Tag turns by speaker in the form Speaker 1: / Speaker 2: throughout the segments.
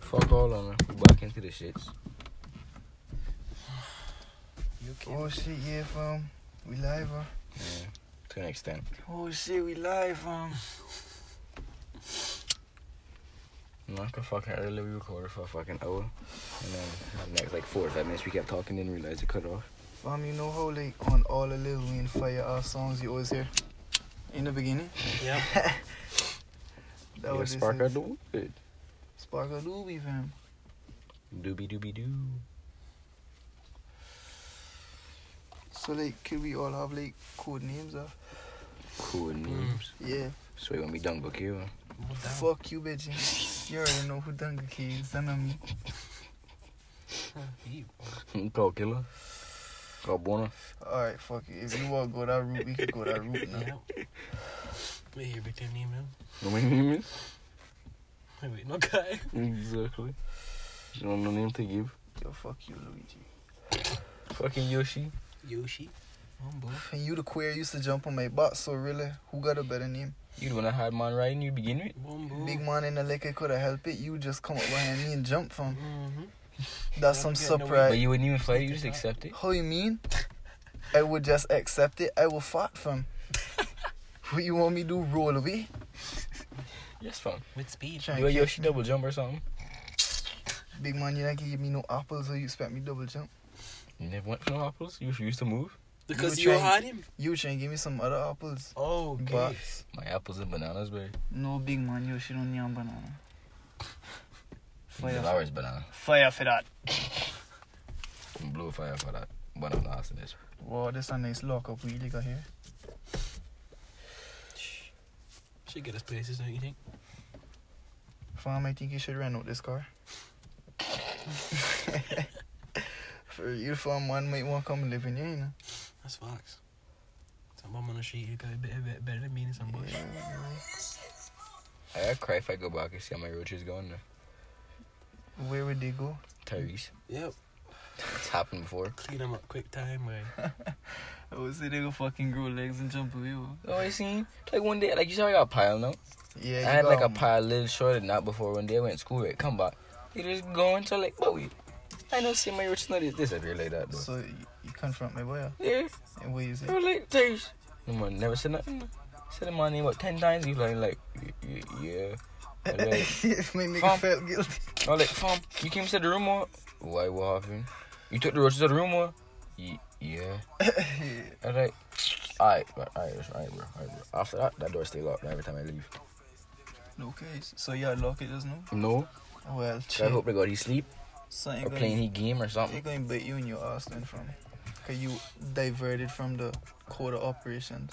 Speaker 1: Fuck all of them. We back into the shits.
Speaker 2: You okay?
Speaker 3: Oh shit, yeah, fam. We live, huh?
Speaker 1: Yeah, to an extent.
Speaker 3: Oh shit, we live, um. fam.
Speaker 1: Like a fucking earlier, we recorded for a fucking hour. And then the next like four or five minutes, we kept talking, didn't realize it cut off.
Speaker 3: Fam, you know how like on all the Lil Wayne fire ass songs you always hear in the beginning?
Speaker 2: Yeah.
Speaker 3: That
Speaker 1: yeah,
Speaker 3: was
Speaker 1: spark out the wood.
Speaker 3: Spark a doobie, fam.
Speaker 1: Doobie doobie doo.
Speaker 3: So like, could we all have like code names? Huh?
Speaker 1: Cool names.
Speaker 3: Yeah.
Speaker 1: Mm. So you want me done book you?
Speaker 3: Fuck you, bitch. You already know who done the keys. Son of me.
Speaker 1: Call killer. Call boner.
Speaker 3: All right, fuck it. If you want to go that route, we could go that route
Speaker 2: Yeah.
Speaker 3: now.
Speaker 2: Wait, here, bitte nehmen.
Speaker 1: No my name is?
Speaker 2: Wait, wait, noch geil.
Speaker 1: Exactly. You don't know name to give.
Speaker 3: Yo, fuck you, Luigi.
Speaker 1: Fucking Yoshi.
Speaker 2: Yoshi. Mambo.
Speaker 3: And you the queer used to jump on my butt, so really, who got a better name?
Speaker 1: You the one that had man riding you to begin with?
Speaker 2: Mambo.
Speaker 3: Big man in the liquor could have helped it. You just come up behind me and jump from.
Speaker 2: Mhm.
Speaker 3: That's some
Speaker 2: Yeah, no,
Speaker 3: surprise.
Speaker 1: But you wouldn't even fly, you just accept it.
Speaker 3: How you mean? I would just accept it. I will fight from. what you want me to do? Roll away?
Speaker 1: Yes, fam.
Speaker 2: With speed.
Speaker 3: Try
Speaker 1: You a
Speaker 3: and catch
Speaker 1: Yoshi
Speaker 3: me.
Speaker 1: double jump or something?
Speaker 3: Big man, you not give me no apples, so you expect me double jump?
Speaker 1: You never went for no apples? You refused to move?
Speaker 2: Because
Speaker 3: You
Speaker 2: you
Speaker 3: trying-
Speaker 2: had him.
Speaker 3: You trying to give me some other apples?
Speaker 2: Oh,
Speaker 3: But-
Speaker 2: okay.
Speaker 1: My apples and bananas, baby.
Speaker 3: No, big man, you should only have banana.
Speaker 1: Fire. Flowers banana.
Speaker 3: Fire for that.
Speaker 1: And blue fire for that. Banana last in this.
Speaker 3: Wow, this a nice lockup we really got here.
Speaker 2: Should get us places, don't you think?
Speaker 3: Fam, I think you should rent out this car. For you, fam, man might want to come live in here, you know?
Speaker 2: That's facts. Some bum on the street, you got a bit, a bit better than me in some bush.
Speaker 3: Yeah.
Speaker 1: I gotta cry if I go back and see how my roach is going there.
Speaker 3: Where would they go?
Speaker 1: Tyrese.
Speaker 2: Yep.
Speaker 1: It's happened before.
Speaker 2: Clean them up quick time, boy.
Speaker 3: I would say they go fucking grow legs and jump away.
Speaker 1: Oh, I seen. Like one day, like you saw I got a pile now.
Speaker 3: Yeah,
Speaker 1: I
Speaker 3: you
Speaker 1: had like a
Speaker 3: got 'em.
Speaker 1: pile little shorter than that before one day I went to school, right? Come back. They just going to like, but we. I know see my roach not dis- disappear like that, though.
Speaker 3: So you, you confront my boy, huh?
Speaker 1: Yeah,
Speaker 3: and what you say?
Speaker 1: they were like, Tyrese. The man never said nothing. Said the man name about 10 times. He like, like, y- y- yeah. I like,
Speaker 3: my nigga
Speaker 1: Fam.
Speaker 3: felt guilty.
Speaker 1: I was like, fam, you came to the room or? Why, what happened? You took the roaches to the room or? Ye- yeah. I was like, alright, bro, alright, bro, alright, bro, alright, bro. After that, that door stay locked every time I leave.
Speaker 3: No case. So yeah, lock it just now.
Speaker 1: No,
Speaker 3: Well,
Speaker 1: I hope
Speaker 3: shit.
Speaker 1: they got he sleep
Speaker 3: Something
Speaker 1: or playing
Speaker 3: going
Speaker 1: he game or
Speaker 3: they
Speaker 1: something.
Speaker 3: going to bite you in your ass then from. Cause you diverted from the quarter operations.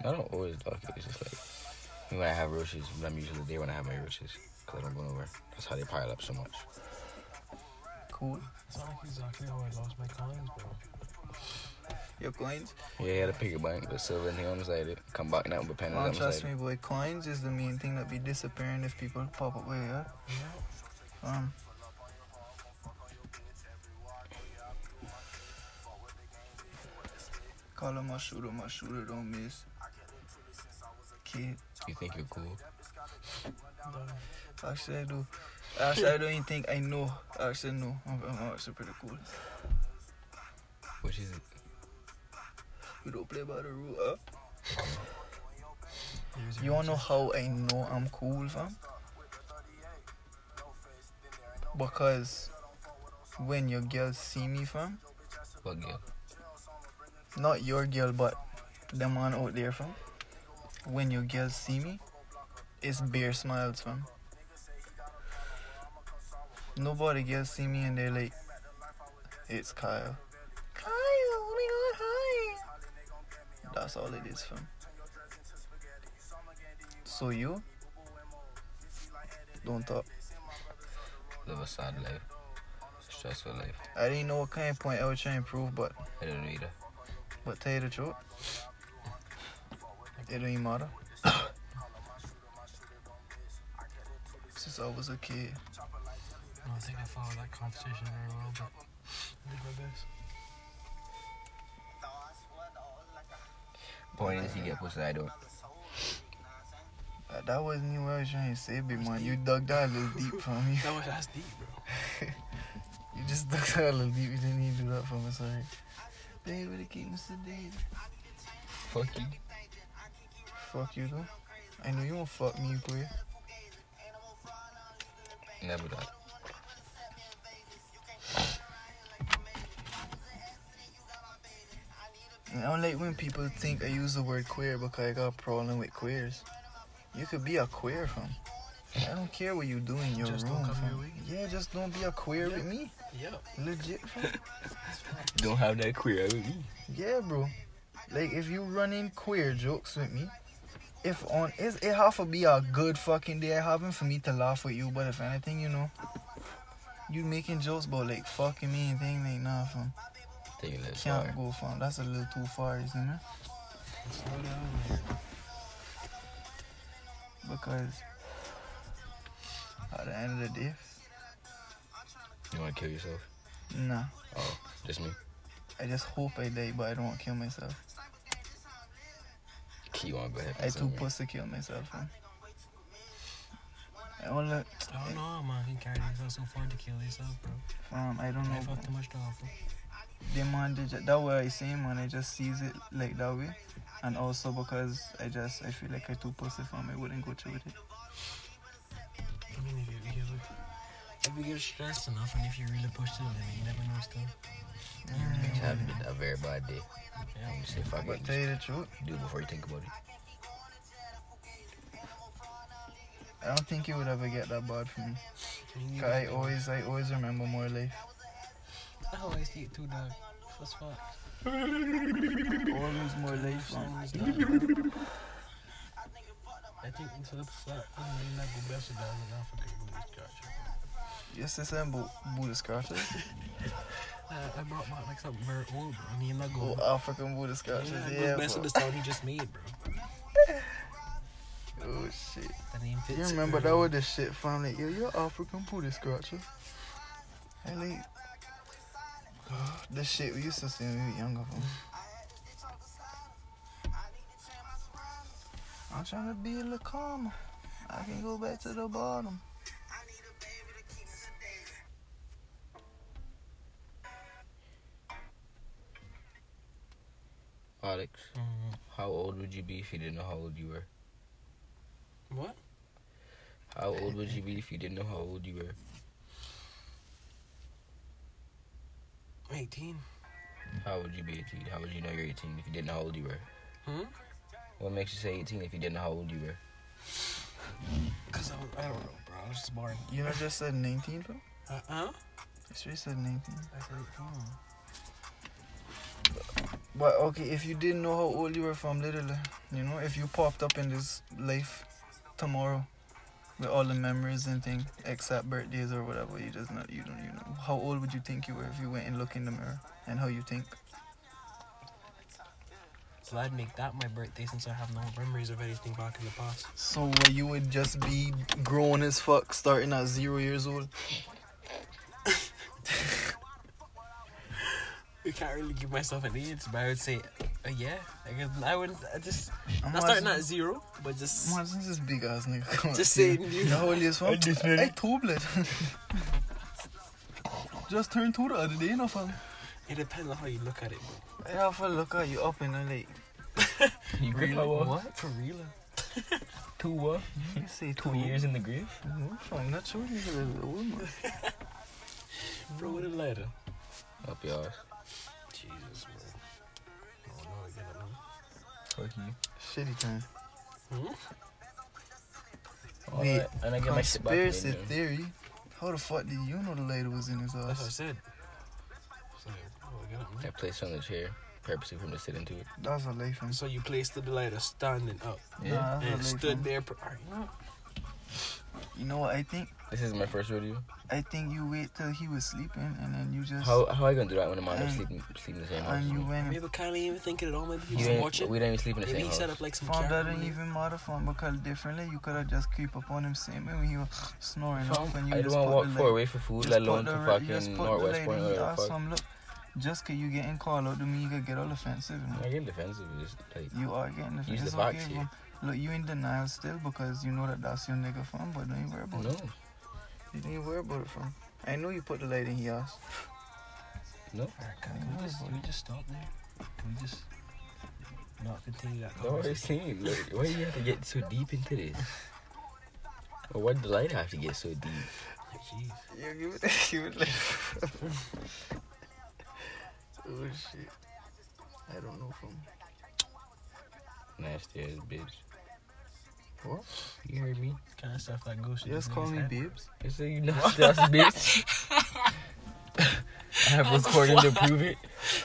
Speaker 1: I don't always lock it. It's just like when I have roaches, I'm usually there when I have my roaches because I don't go nowhere. That's how they pile up so much.
Speaker 3: Cool.
Speaker 2: It's not like exactly how I lost my coins, bro.
Speaker 3: Your coins.
Speaker 1: Yeah, I had a piggy bank with silver in here on the side. It come back now with pennies
Speaker 3: Man,
Speaker 1: on the
Speaker 3: trust
Speaker 1: side.
Speaker 3: me, boy. Coins is the main thing that be disappearing if people pop up where yeah. Um. Call him a shooter, my shooter don't miss. Kid.
Speaker 1: You think you're cool?
Speaker 2: Dog.
Speaker 3: Actually, I do. Actually, I don't even think I know. Actually, no. I'm, I'm actually pretty cool.
Speaker 1: Which is it?
Speaker 3: You don't play by the rule, uh. huh?
Speaker 2: Here's
Speaker 3: You
Speaker 2: your
Speaker 3: wanna know how I know I'm cool, fam? Because when your girl see me, fam,
Speaker 1: What girl?
Speaker 3: not your girl, but the man out there, fam, when your girl see me, it's bare smiles, fam. Nobody girl see me and they're like, it's Kyle. Kyle, oh my god, hi. That's all it is, fam. So you, don't talk.
Speaker 1: Live a sad life, stressful life.
Speaker 3: I didn't know what kind of point I was trying to prove, but
Speaker 1: I don't know either.
Speaker 3: but tell you the truth, it don't even matter. Since I was a kid,
Speaker 2: I don't think I followed that conversation very well, but I did my best.
Speaker 1: Point is, you get pussy. I don't.
Speaker 3: That, that wasn't even what I was trying to say, big man. You dug that a little deep from me.
Speaker 2: That was, that's deep, bro.
Speaker 3: You just dug that a little deep. You didn't need to do that for me, sorry. Baby, the keep Mr. Daisy.
Speaker 1: Fuck you.
Speaker 3: Fuck you, though. I know you won't fuck me, boy.
Speaker 1: Never that.
Speaker 3: And I don't like when people think I use the word queer because I got a problem with queers. You could be a queer, fam. I don't care what you do in your
Speaker 2: Just don't
Speaker 3: room,
Speaker 2: come
Speaker 3: fam.
Speaker 2: here with me.
Speaker 3: Yeah, just don't be a queer with me.
Speaker 2: Yep.
Speaker 3: Legit, fam.
Speaker 1: Don't have that queer with me.
Speaker 3: Yeah, bro. Like, if you run in queer jokes with me, if on it's, it have to be a good fucking day having for me to laugh with you. But if anything, you know, you making jokes about like fucking me and things like nah, fam.
Speaker 1: Take it less
Speaker 3: Can't
Speaker 1: far.
Speaker 3: go, fam. That's a little too far, isn't it?
Speaker 2: Slow down. man.
Speaker 3: Because at the end of the day,
Speaker 1: You wanna kill yourself?
Speaker 3: nah.
Speaker 1: Oh, just me.
Speaker 3: I just hope I die, but I don't want to kill myself.
Speaker 1: Key wanna go ahead.
Speaker 3: I
Speaker 1: and
Speaker 3: too
Speaker 1: sell me.
Speaker 3: pussy to kill myself. Man. I don't look,
Speaker 2: I don't know, man. You carry yourself so far to kill yourself, bro.
Speaker 3: fam. I don't
Speaker 2: I
Speaker 3: know.
Speaker 2: fuck too
Speaker 3: bro.
Speaker 2: much to offer.
Speaker 3: The man, did ju- that way I say, man, I just sees it like that way, and also because I just I feel like I too pussy fam. I wouldn't go through with it.
Speaker 2: I mean, if you, if you if you get stressed enough and if you really push to the limit, you never know still.
Speaker 3: Mm,
Speaker 1: Just have a very bad day.
Speaker 2: Yeah.
Speaker 1: You say fuck
Speaker 3: But
Speaker 1: it.
Speaker 3: tell you the truth,
Speaker 1: just Do it before you think about it.
Speaker 3: I don't think it would ever get that bad for me.
Speaker 2: I mean, you
Speaker 3: 'Cause I
Speaker 2: just-
Speaker 3: always I always remember more life.
Speaker 2: I always eat two dog. That's fuck.
Speaker 3: Always more life. fam.
Speaker 2: Someone's dog, bro. I think until the slap, I mean, that go best with dog in Africa. you know, it's Gotcha.
Speaker 3: Yes, this ain't bo- Buddha scratches.
Speaker 2: Uh, I brought my like something very old, bro. I mean, that go.
Speaker 3: Oh, African Buddha scratches.
Speaker 2: yeah,
Speaker 3: Yeah,
Speaker 2: yeah, best
Speaker 3: bro.
Speaker 2: with the sound he just made, bro.
Speaker 3: Oh shit.
Speaker 2: That name fits.
Speaker 3: You
Speaker 2: it,
Speaker 3: remember that
Speaker 2: bro.
Speaker 3: was the shit from like, yo, you're African booty scratcher. I like the shit we used to see when we were younger. From. I'm trying to be a little calmer. I can go back to the bottom.
Speaker 1: Alex,
Speaker 2: Mhm.
Speaker 1: how old would you be if you didn't know how old you were?
Speaker 2: What?
Speaker 1: How old would you be if you didn't know how old you were?
Speaker 2: 18.
Speaker 1: How would you be 18? How would you know you're 18 if you didn't know how old you were?
Speaker 2: Hmm?
Speaker 1: What makes you say 18 if you didn't know how old you were?
Speaker 2: Cause I, was- I don't know, bro. I was just born.
Speaker 3: You know, just said 19, bro?
Speaker 2: Uh huh.
Speaker 3: You straight said 19.
Speaker 2: I said, hmm.
Speaker 3: But okay, if you didn't know how old you were from little, you know, if you popped up in this life tomorrow with all the memories and things, except birthdays or whatever, you just not you don't you know. How old would you think you were if you went and look in the mirror and how you think?
Speaker 2: So I'd make that my birthday since I have no memories of anything back in the past.
Speaker 3: So uh, you would just be grown as fuck, starting at zero years old.
Speaker 2: I can't really give myself an age, but I would say, uh, yeah. I guess I would I just.
Speaker 3: I'm
Speaker 2: Not starting at zero, but just.
Speaker 3: Imagine this big ass nigga. come
Speaker 2: Just
Speaker 3: up to you.
Speaker 2: saying, you-
Speaker 3: The holiest one.
Speaker 1: I just made
Speaker 3: I
Speaker 1: it.
Speaker 3: two blood. Just turned two the other day, you know, fam.
Speaker 2: It depends on how you look at it, bro.
Speaker 3: I have to look at you up in the lake.
Speaker 1: You
Speaker 3: Really? What?
Speaker 2: For real?
Speaker 1: Two what?
Speaker 3: You say two,
Speaker 1: in the grave?
Speaker 3: I'm not sure you a woman.
Speaker 2: Bro, with a letter.
Speaker 1: Up your ass.
Speaker 2: Jesus, bro. Oh, no, I get it, man.
Speaker 1: Fuck you.
Speaker 3: Shitty time.
Speaker 2: Hmm?
Speaker 1: All
Speaker 3: Wait,
Speaker 1: right, And I get my shit back. in
Speaker 3: Conspiracy
Speaker 1: there.
Speaker 3: theory. How the fuck did you know the lady was in his
Speaker 2: That's what I
Speaker 3: house?
Speaker 2: said. So, oh, I get it, man.
Speaker 1: I placed on the chair purposely for him to sit into it.
Speaker 3: That's a life. man.
Speaker 2: So you placed the lighter standing up
Speaker 1: Yeah.
Speaker 3: Nah, that's a
Speaker 2: and
Speaker 3: life,
Speaker 2: stood
Speaker 3: man.
Speaker 2: there. Pr- Alright, you know,
Speaker 3: You know what I think?
Speaker 1: This is my first rodeo.
Speaker 3: I think you wait till he was sleeping and then you just
Speaker 1: How how I gonna do that when I'm out there
Speaker 3: And-
Speaker 1: sleeping sleeping in the same house?
Speaker 3: and
Speaker 1: as
Speaker 3: you
Speaker 1: me?
Speaker 3: went and
Speaker 2: maybe Kyle ain't even thinking at all. Maybe he
Speaker 1: You
Speaker 2: was
Speaker 1: ain't-
Speaker 2: watching.
Speaker 1: we didn't even sleep in the
Speaker 2: Maybe
Speaker 1: same
Speaker 2: he
Speaker 1: house.
Speaker 2: set up like some
Speaker 3: found that
Speaker 2: camera.
Speaker 3: didn't even matter for him because differently you could have just creep up on him same way when he was snoring off and you
Speaker 1: I
Speaker 3: just
Speaker 1: don't want to
Speaker 3: put
Speaker 1: walk
Speaker 3: the
Speaker 1: far
Speaker 3: light-
Speaker 1: away for food,
Speaker 3: just
Speaker 1: let
Speaker 3: put
Speaker 1: alone
Speaker 3: the
Speaker 1: to
Speaker 3: re- just
Speaker 1: fucking
Speaker 3: put the
Speaker 1: Northwest
Speaker 3: light
Speaker 1: Point
Speaker 3: in
Speaker 1: or
Speaker 3: the
Speaker 1: whatever
Speaker 3: ass
Speaker 1: the
Speaker 3: for
Speaker 1: fuck.
Speaker 3: him, look, just cause you getting called out to me, you could get all offensive. you know.
Speaker 1: I get defensive. It's like
Speaker 3: You are getting the
Speaker 1: Use the
Speaker 3: it's
Speaker 1: box
Speaker 3: okay,
Speaker 1: here.
Speaker 3: bro. Look, you in denial still because you know that that's your nigga fam, but don't you worry about
Speaker 1: No.
Speaker 3: it. You don't even worry about it, fam. I know you put the light in his ass.
Speaker 1: No.
Speaker 2: Alright, can, we just, can we just stop there? Can we just not continue that
Speaker 1: That's what I'm
Speaker 2: conversation?
Speaker 1: saying. Like, why do you have to get so deep into this? Or why did the light have to get so deep?
Speaker 2: Jeez.
Speaker 3: Yeah, give it, give it like. oh shit. I don't know from.
Speaker 1: Nasty ass bitch.
Speaker 3: What?
Speaker 1: You heard me?
Speaker 2: Kind of stuff that goes. to
Speaker 3: Just
Speaker 2: this
Speaker 3: call
Speaker 2: nigga's
Speaker 3: me
Speaker 2: head.
Speaker 3: Bibbs.
Speaker 1: You say you nasty ass bitch. I have recording to prove it.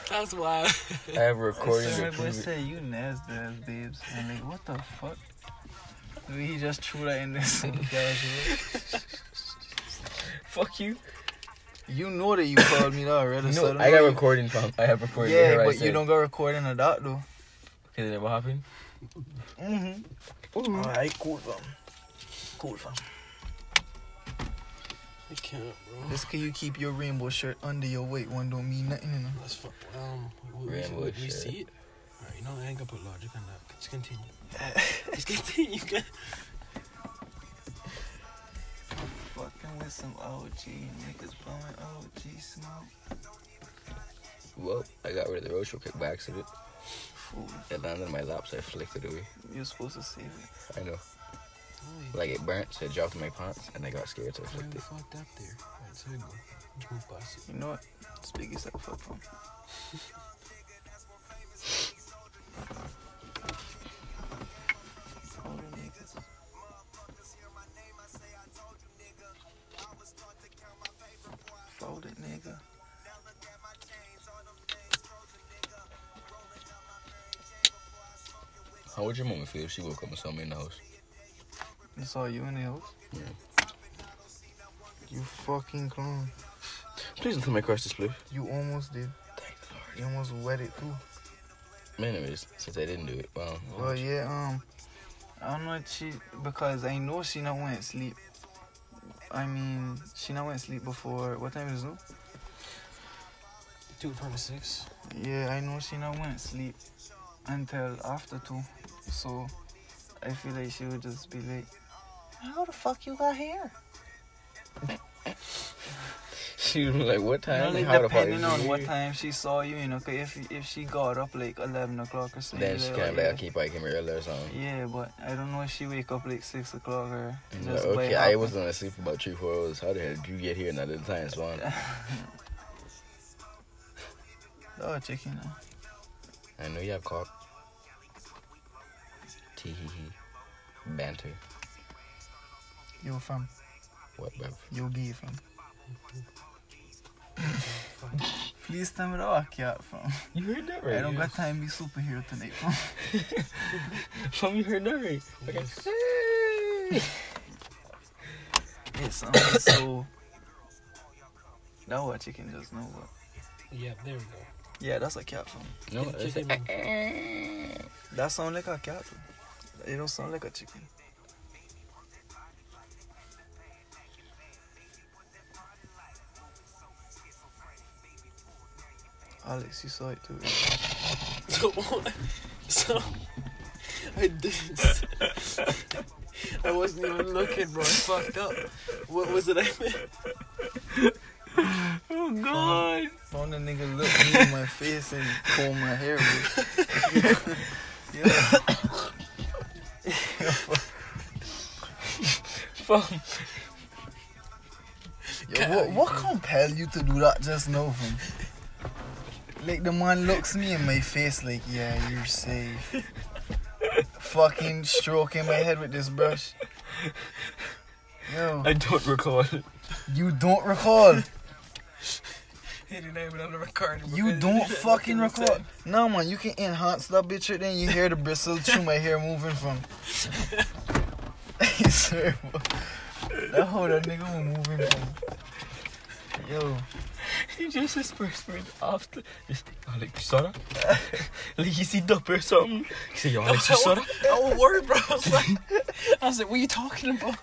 Speaker 2: That's wild.
Speaker 1: I have recording to
Speaker 3: my boy
Speaker 1: prove it.
Speaker 3: said you nasty ass babes. And like, what the fuck? Maybe he just threw that in this
Speaker 1: Fuck you.
Speaker 3: You know that you called me that already. so
Speaker 1: No,
Speaker 3: don't
Speaker 1: I got
Speaker 3: know you-
Speaker 1: recording, fam. I have recording.
Speaker 3: Yeah,
Speaker 1: hear what I
Speaker 3: but you
Speaker 1: said.
Speaker 3: don't got recording of that though.
Speaker 1: Cause it never happened.
Speaker 3: Mm-hmm. Alright, cool fam. Cool fam.
Speaker 2: I can't, bro.
Speaker 3: Just cause you keep your rainbow shirt under your weight one don't mean nothing, you know.
Speaker 2: That's fu- um, we, we,
Speaker 1: Rainbow
Speaker 2: we, we
Speaker 1: shirt.
Speaker 2: see it. Alright, you know, I ain't gonna put logic on that. Just continue. Just continue. guys.
Speaker 3: Fucking with some OG niggas blowing OG smoke.
Speaker 1: Well, I got rid of the roadshow kick by accident.
Speaker 3: Fool,
Speaker 1: It landed on my lap, so I flicked it away.
Speaker 3: you're supposed to save it.
Speaker 1: I know.
Speaker 2: Oh, yeah.
Speaker 1: Like it burnt, so it dropped in my pants, and I got scared, so I
Speaker 2: Why
Speaker 1: flicked
Speaker 2: we
Speaker 1: it.
Speaker 2: fucked up there? Alright, so we go. Let's move past it.
Speaker 3: You know what? Speak yourself up from. Fold it, nigga.
Speaker 1: How would your mama feel if she woke up and saw me in the house?
Speaker 3: It's all you in the house.
Speaker 1: Yeah.
Speaker 3: You fucking clown.
Speaker 1: Please don't tell my crush this blue.
Speaker 3: You almost did.
Speaker 1: Thank the Lord.
Speaker 3: You almost wet it too.
Speaker 1: Anyways, since I didn't do it, well,
Speaker 3: Well, yeah, um, I don't know if she because I know she not went to sleep. I mean, she not went to sleep before. What time is it? now?
Speaker 2: 226.
Speaker 3: Yeah, I know she not went to sleep until after two. So I feel like she would just be like, "How the fuck you got here?"
Speaker 1: she was like, "What
Speaker 3: You know,
Speaker 1: time?
Speaker 3: like,
Speaker 1: How the fuck
Speaker 3: depending
Speaker 1: is
Speaker 3: on
Speaker 1: it?"
Speaker 3: what time she saw you, you know, 'cause if if she got up like eleven o'clock or something,
Speaker 1: Then she
Speaker 3: like,
Speaker 1: kind
Speaker 3: oh,
Speaker 1: of like,
Speaker 3: yeah.
Speaker 1: "Okay, I came here earlier or something."
Speaker 3: Yeah, but I don't know if she wake up like six o'clock or
Speaker 1: And
Speaker 3: just
Speaker 1: like,
Speaker 3: by
Speaker 1: okay, I
Speaker 3: half-
Speaker 1: was gonna sleep for about three, four hours. How the hell did you get here in that little time span?
Speaker 3: Oh, chicken. uh,
Speaker 1: I know you have cock. Tee hee hee. E. Banter.
Speaker 3: Yo, fam.
Speaker 1: What, bruv?
Speaker 3: Yo, gay, fam. Please tell me the walk you out, fam.
Speaker 1: You heard that
Speaker 3: I don't got time to be superhero tonight, fam.
Speaker 1: Mom, you heard that right? Okay.
Speaker 3: It's um, so. That what chicken just know what.
Speaker 2: Yeah, there we go.
Speaker 3: Yeah, that's a cat, fam.
Speaker 1: No,
Speaker 2: Chicken-
Speaker 1: it's like,
Speaker 2: chicken.
Speaker 3: That sound like a cat. fam. It don't sound like a chicken. Alex, you saw it too. right?
Speaker 2: So, so I didn't. I wasn't even looking, bro. I fucked up. What was it I meant?
Speaker 1: oh
Speaker 3: God. Found the nigga look me in my face and pull my hair. bro. yeah.
Speaker 1: Fam,
Speaker 3: Yo, what, what compel you to do that just now, fam? Like the man looks me in my face like, yeah, you're safe. Fucking stroking my head with this brush. Yo,
Speaker 1: I don't recall.
Speaker 3: you don't recall.
Speaker 2: He didn't even have the recording.
Speaker 3: You don't fucking record. No, man, you can enhance that bitch right then. You hear the bristles through my hair moving from. I swear, bro. That whole that nigga was moving from. Yo,
Speaker 1: He just his first word after. Just, Alex, you saw that? like, you see Dup or something? He said, Yo, Alex, you saw that?
Speaker 2: Oh, word, bro. I was like, I was like, what are you talking about?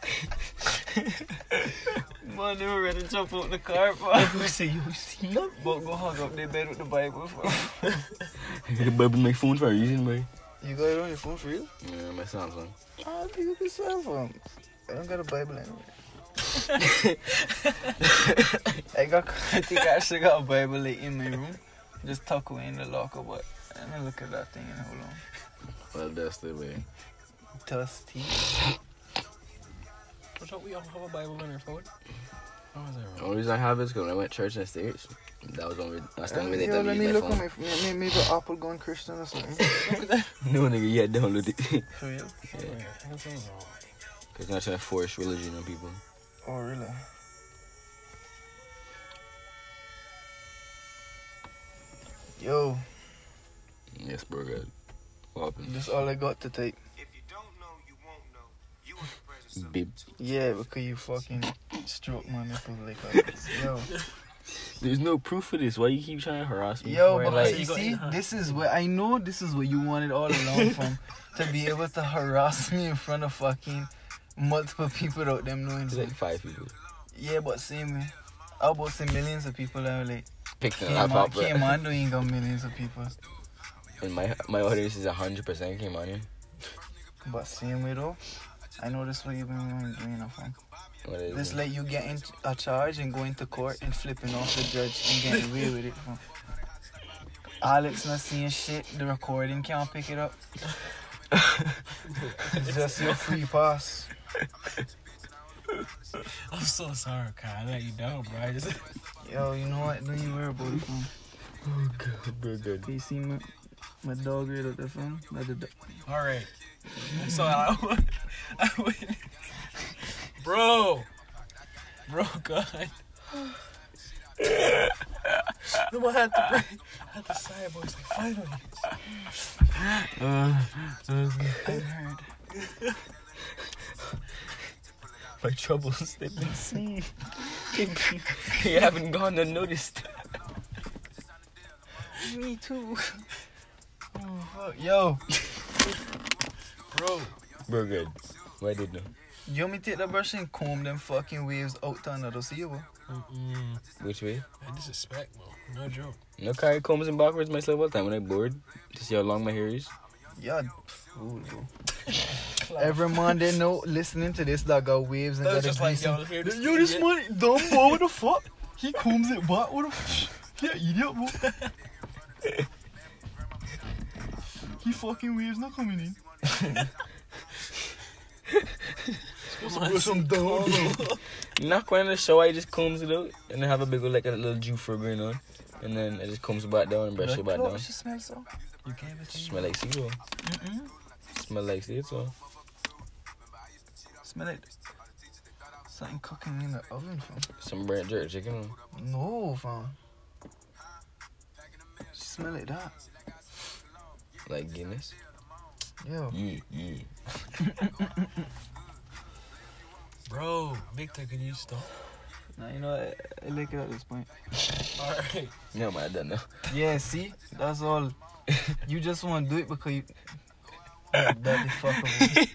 Speaker 3: man, they were ready to jump out the car, bro.
Speaker 1: I say, Yo, you seen that?
Speaker 3: But go hug up their bed with the Bible, bro.
Speaker 1: I got a Bible in my phone for a reason, boy.
Speaker 3: You got it on your phone for real?
Speaker 1: Yeah, my Samsung.
Speaker 3: I pick up your cell phone. I don't got a Bible anywhere. I got I think I actually got a Bible like, in my room. Just tuck away in the locker, but I'm gonna look at that thing and hold on.
Speaker 1: Well, that's the way.
Speaker 3: Dusty.
Speaker 2: Don't we all have a Bible on our phone?
Speaker 3: How was I
Speaker 1: The only reason I have is because when I went to church in the States, that was the only, that's the only
Speaker 3: Yo,
Speaker 1: way they let
Speaker 3: let
Speaker 1: me
Speaker 3: me
Speaker 1: use
Speaker 3: look
Speaker 1: my phone.
Speaker 3: on my maybe, maybe Apple gone Christian or something.
Speaker 1: No, nigga, yeah, download it.
Speaker 3: For real?
Speaker 1: yeah, because they're not trying to force religion on people.
Speaker 3: Oh really? Yo,
Speaker 1: Yes, bro, God. What happened?
Speaker 3: that's all I got to take.
Speaker 4: If you don't know, you won't know. You in the presence of
Speaker 1: Babe.
Speaker 3: Yeah, because you fucking stroke my nipple like that. Yo,
Speaker 1: There's no proof for this. Why you keep trying to harass me?
Speaker 3: yo,
Speaker 1: Or,
Speaker 3: because
Speaker 1: like,
Speaker 3: you
Speaker 2: you got
Speaker 3: see,
Speaker 2: it, huh?
Speaker 3: this is what I know. This is what you wanted all along from to be able to harass me in front of fucking multiple people out them knowing.
Speaker 1: it's like five people.
Speaker 3: Yeah, but same. way. How about say millions of people that are like,
Speaker 1: Picked an app up.
Speaker 3: K-Mondo ain't got millions of people.
Speaker 1: And my my audience is 100% came on in.
Speaker 3: But same way though, I know this what you've been doing off on.
Speaker 1: What is
Speaker 3: This
Speaker 1: it?
Speaker 3: like you getting a charge and going to court and flipping off the judge and getting away with it. fam. Alex not seeing shit, the recording can't pick it up. It's Just your free pass.
Speaker 2: I'm so sorry, Kyle. I let you down, bro. I just
Speaker 3: Yo, you know what? Don't you worry about it, fam.
Speaker 1: Oh, God, bro, God.
Speaker 3: You see my, my dog right up the phone? Not the dog.
Speaker 2: All right. So I, I went, bro, bro, God. no, I had to bring, I had to sigh, but it's like finally.
Speaker 3: I heard.
Speaker 1: My troubles, they've been seen. they haven't gone unnoticed.
Speaker 3: Me too. Oh, fuck. Yo,
Speaker 2: Bro,
Speaker 1: Bro, good. Why did no?
Speaker 3: you want me take the brush and comb them fucking waves out to another sea, bro?
Speaker 2: mm
Speaker 1: Which way?
Speaker 2: I disrespect, bro. No joke.
Speaker 1: No, carry combs and backwards myself all the time when I'm bored to see how long my hair is.
Speaker 3: Yeah, fool, bro. Every man they know listening to this that got waves and
Speaker 2: That
Speaker 3: got
Speaker 2: was
Speaker 3: a
Speaker 2: just like,
Speaker 3: greasy-
Speaker 2: yo, here
Speaker 3: Yo, this man dumb boy, what the fuck? He combs it back, what the fuck? Yeah, idiot, bro. he fucking waves not coming in. With some dumb
Speaker 1: Knock when in the shower, I just combs it out and I have a big old, like a little juice for going on. And then I just combs it back down and brush it back down.
Speaker 3: She smells so.
Speaker 2: You gave it to me.
Speaker 1: Smell like cereal.
Speaker 3: Mm-mm.
Speaker 1: Smell like cereal.
Speaker 3: Smell it. Something cooking in the oven, fam.
Speaker 1: Some burnt jerk chicken.
Speaker 3: No, fam. She smell like that.
Speaker 1: Like Guinness.
Speaker 3: Yo.
Speaker 1: Yeah, yeah.
Speaker 2: Bro, Victor, can you stop?
Speaker 3: Now you know I, I like it at this point.
Speaker 2: All right.
Speaker 1: No, man, I don't know.
Speaker 3: Yeah, see, that's all. You just want to do it because you. Oh, that is fuckable.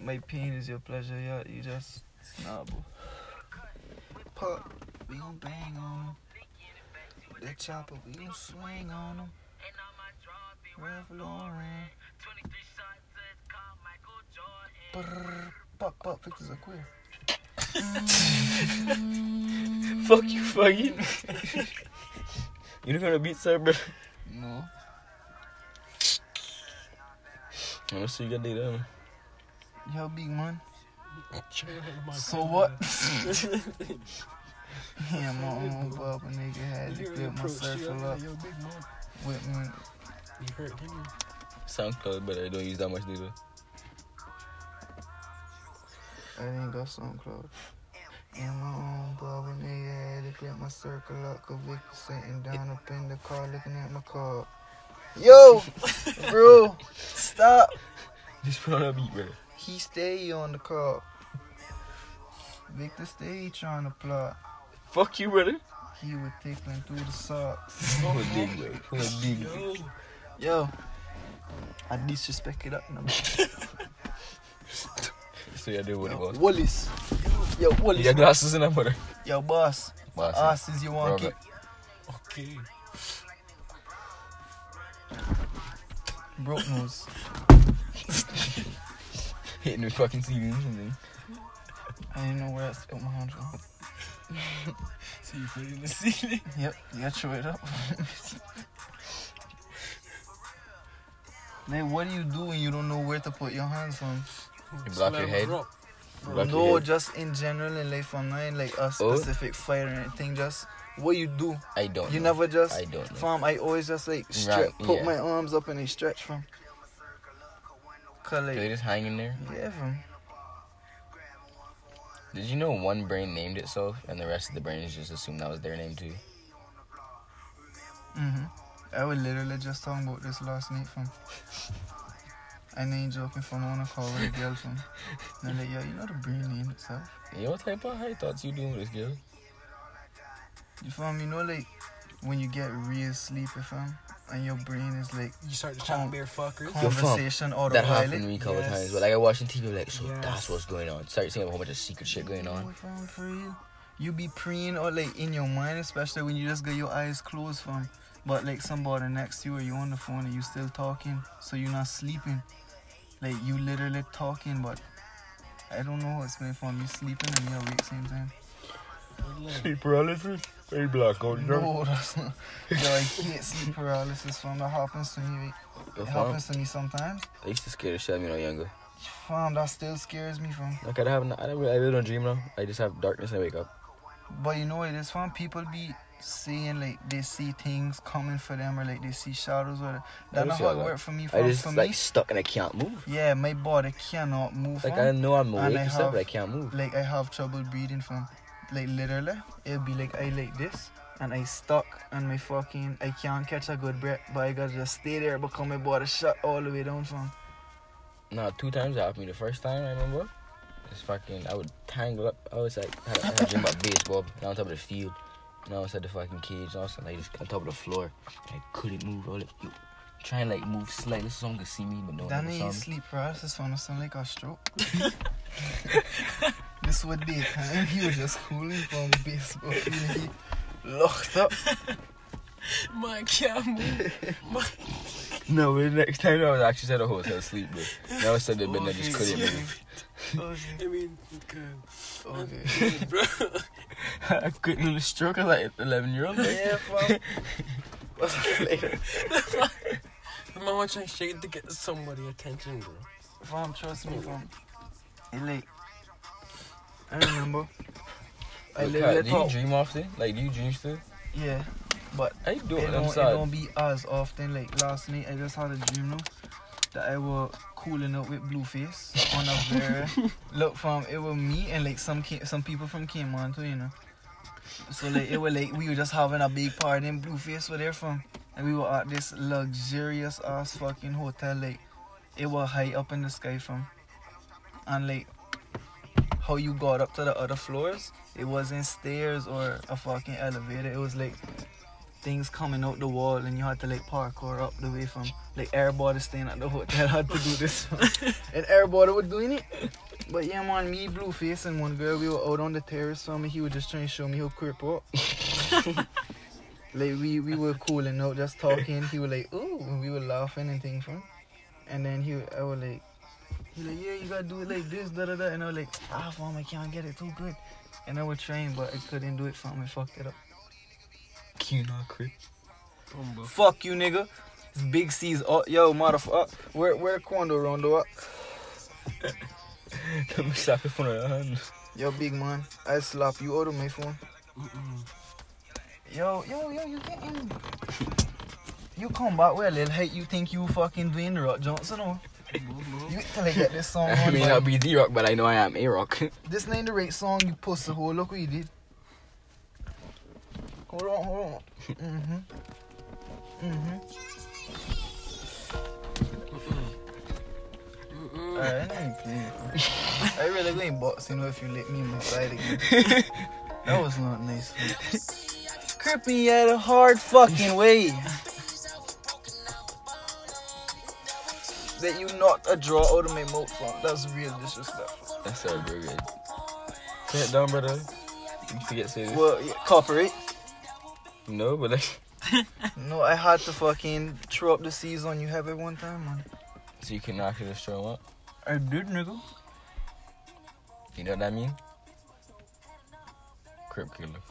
Speaker 3: My pain is your pleasure. Yeah, you just nah, bro. Pop, we gon' bang on 'em. That chopper, we gon' swing on 'em. Ralph Lauren. Brrr, pop, pop, pictures are queer.
Speaker 1: Fuck you, fucking. you not gonna beat sir, bro.
Speaker 3: No.
Speaker 1: I'm gonna see you got date on.
Speaker 3: Yo, big man. So
Speaker 2: So
Speaker 3: what? yeah, my own bubble nigga had to build my circle up
Speaker 2: Yo, big man.
Speaker 3: with me.
Speaker 2: You hurt, didn't you?
Speaker 1: SoundCloud, but I don't use that much data.
Speaker 3: I didn't got some clothes. And my own bubble nigga had to build my circle up, cause Vic was sitting down up in the car looking at my car. Yo, bro, stop.
Speaker 1: Just put on a beat, bro.
Speaker 3: He stay on the car. Victor stay trying to plot.
Speaker 1: Fuck you, brother.
Speaker 3: He was tickling through the socks.
Speaker 1: Pull a dig, bro. Pull a dig.
Speaker 2: Yo,
Speaker 3: Yo, I disrespect it up now.
Speaker 1: So yeah, do what it
Speaker 3: Yo,
Speaker 1: was.
Speaker 3: Wallace.
Speaker 1: You
Speaker 3: Yo, Wallace.
Speaker 1: got glasses in that, brother.
Speaker 3: Yo, boss.
Speaker 1: Boss.
Speaker 3: Ah. Ass is you want to keep.
Speaker 1: Robert.
Speaker 2: okay.
Speaker 3: Broke nose.
Speaker 1: Hitting the fucking ceiling or something.
Speaker 3: I didn't know where I spilled my hand on.
Speaker 2: So you put it in the ceiling.
Speaker 3: Yep, you gotta chew it up. Man, what do you do when you don't know where to put your hands on?
Speaker 1: You block
Speaker 2: Slam
Speaker 1: your head.
Speaker 2: drop.
Speaker 1: Block your
Speaker 3: no,
Speaker 1: head.
Speaker 3: just in general in life online, like a
Speaker 1: Oh.
Speaker 3: specific fight or anything, just what you do.
Speaker 1: I don't.
Speaker 3: you
Speaker 1: know.
Speaker 3: never just
Speaker 1: Oh, I don't know.
Speaker 3: Fam, I always just like stretch,
Speaker 1: Right,
Speaker 3: put
Speaker 1: yeah.
Speaker 3: my arms up and they stretch from. Cause
Speaker 1: Do they
Speaker 3: like,
Speaker 1: just hang in there?
Speaker 3: yeah, fam.
Speaker 1: Did you know one brain named itself and the rest of the brains just assumed that was their name too?
Speaker 3: hmm I was literally just talking about this last night, fam. I ain't joking, fam. I wanna call her a girl, fam. And I'm like, yo, you know the brain name itself.
Speaker 1: Yo, what type of high thoughts you doing with this girl?
Speaker 3: You fam, you know like when you get real sleepy, fam, and your brain is like
Speaker 2: You start to chat
Speaker 3: Con-
Speaker 2: bare fuckers.
Speaker 1: fam,
Speaker 3: conversation
Speaker 1: That happened to
Speaker 3: autopilot.
Speaker 1: me a couple
Speaker 2: Yes.
Speaker 1: times. But like I watching TV, like so
Speaker 2: Yes.
Speaker 1: that's what's going on. Start seeing a whole bunch of secret shit going
Speaker 3: Yeah,
Speaker 1: on.
Speaker 3: fam, for real. You be preying or like in your mind, especially when you just got your eyes closed, fam. But like somebody next to you or you on the phone and you still talking, so you're not sleeping. Like you literally talking, but I don't know what's going on. You sleeping and you're awake same time.
Speaker 1: Sleep paralysis. Very black out,
Speaker 3: No, that's not. Yo, I hate sleep paralysis, fam. That happens to me. It happens to me sometimes.
Speaker 1: I used to scare the shit out of me when I was younger.
Speaker 3: Fam, that still scares me, fam.
Speaker 1: Like I don't have, no- I don't, really- I really don't dream now. I just have darkness and I wake up.
Speaker 3: But you know what it is, fam? People be saying like they see things coming for them or like they see shadows or
Speaker 1: I
Speaker 3: that
Speaker 1: don't
Speaker 3: not
Speaker 1: see
Speaker 3: how
Speaker 1: all
Speaker 3: it
Speaker 1: that.
Speaker 3: work for me,
Speaker 1: I
Speaker 3: fam.
Speaker 1: just
Speaker 3: for
Speaker 1: like
Speaker 3: me,
Speaker 1: stuck and I can't move.
Speaker 3: yeah, my body cannot move.
Speaker 1: Like I
Speaker 3: fam.
Speaker 1: know I'm
Speaker 3: And
Speaker 1: awake
Speaker 3: I
Speaker 1: and stuff, but I
Speaker 3: have-
Speaker 1: can't move.
Speaker 3: like I have trouble breathing, fam. Like literally, it'll be like I like this and I stuck and my fucking I can't catch a good breath, but I gotta just stay there because my body shut all the way down, fam.
Speaker 1: Nah, two times that happened. The first time I remember, it's fucking. I would tangle up. I was like, I had, I had a dream about baseball. And on top of the field, and I was at the fucking cage. And I was like, just on top of the floor. I couldn't move. I was like, yo, trying like move slightly so someone could see me, but no one
Speaker 3: That
Speaker 1: could
Speaker 3: ain't
Speaker 1: see me.
Speaker 3: sleep paralysis, fam. That sound like a stroke. this was daytime. He was just cooling from baseball. He locked up.
Speaker 2: My camel.
Speaker 1: No, but the next time I was actually at a hotel sleep, bro. And I was at the bed and I
Speaker 3: Oh,
Speaker 1: just couldn't move.
Speaker 3: Okay.
Speaker 2: Okay. I mean, good.
Speaker 3: Okay.
Speaker 2: Good, bro.
Speaker 1: I couldn't lose stroke. I was like 11 year old. Like,
Speaker 3: Yeah, fam. What's later?
Speaker 2: My mama trying to shake it to get somebody attention, bro.
Speaker 3: Fam, trust me, fam. It like, I remember. I
Speaker 1: Look, Kyle,
Speaker 3: literally
Speaker 1: do you
Speaker 3: thought,
Speaker 1: dream often? Like, do you dream still?
Speaker 3: yeah, but
Speaker 1: I do.
Speaker 3: it
Speaker 1: I'm
Speaker 3: don't, it
Speaker 1: sorry.
Speaker 3: don't be as often. Like last night, I just had a dream now that I were cooling up with Blueface on a very look from it was me and like some K- some people from Cayman too, you know. So like it was like we were just having a big party and Blueface were there from, and we were at this luxurious ass fucking hotel like it was high up in the sky from, and like. How you got up to the other floors? It wasn't stairs or a fucking elevator. It was like things coming out the wall and you had to like parkour up the way from like everybody staying at the hotel had to do this and everybody was doing it but yeah man me blueface and one girl we were out on the terrace from and he was just trying to show me how crip up like we we were cool and out just talking he was like ooh and we were laughing and things from and then he I was like he like yeah you gotta do it like this da da da and I was like ah fam I can't get it too good and I was trying but I couldn't do it fam I fucked it up
Speaker 1: Can you not quit?
Speaker 3: Fuck you, nigga. It's Big C's. Oh, yo, motherfucker. Where, where Quando Rondo up?
Speaker 1: Let me slap your phone on your hand.
Speaker 3: Yo, big man. I slap you out of my phone. Yo, yo, yo, you getting. You come back with a little hate. You think you fucking Dwayne The Rock Johnson or? You wait till I get this song
Speaker 1: I
Speaker 3: on.
Speaker 1: may
Speaker 3: boy.
Speaker 1: not be the rock, but I know I am a rock.
Speaker 3: This ain't the right song, you pussy hole. Look what you did. Hold on, hold on. Mm-hmm. Mm-hmm. Mm-hmm. Alright, I ain't playing. I really go in boxing if you let me inside again. that was not nice. man. Crip me at a hard fucking way. That you knocked a draw out of my mouth from. That's real disrespectful.
Speaker 1: That's so very good. Sit down, brother. You forget to say this.
Speaker 3: Well, yeah, cooperate.
Speaker 1: No, but like,
Speaker 3: No, I had to fucking throw up the C's on you heavy one time, man.
Speaker 1: So you could knock it just throw up.
Speaker 3: I did, nigga.
Speaker 1: You know what I mean? Crip killer.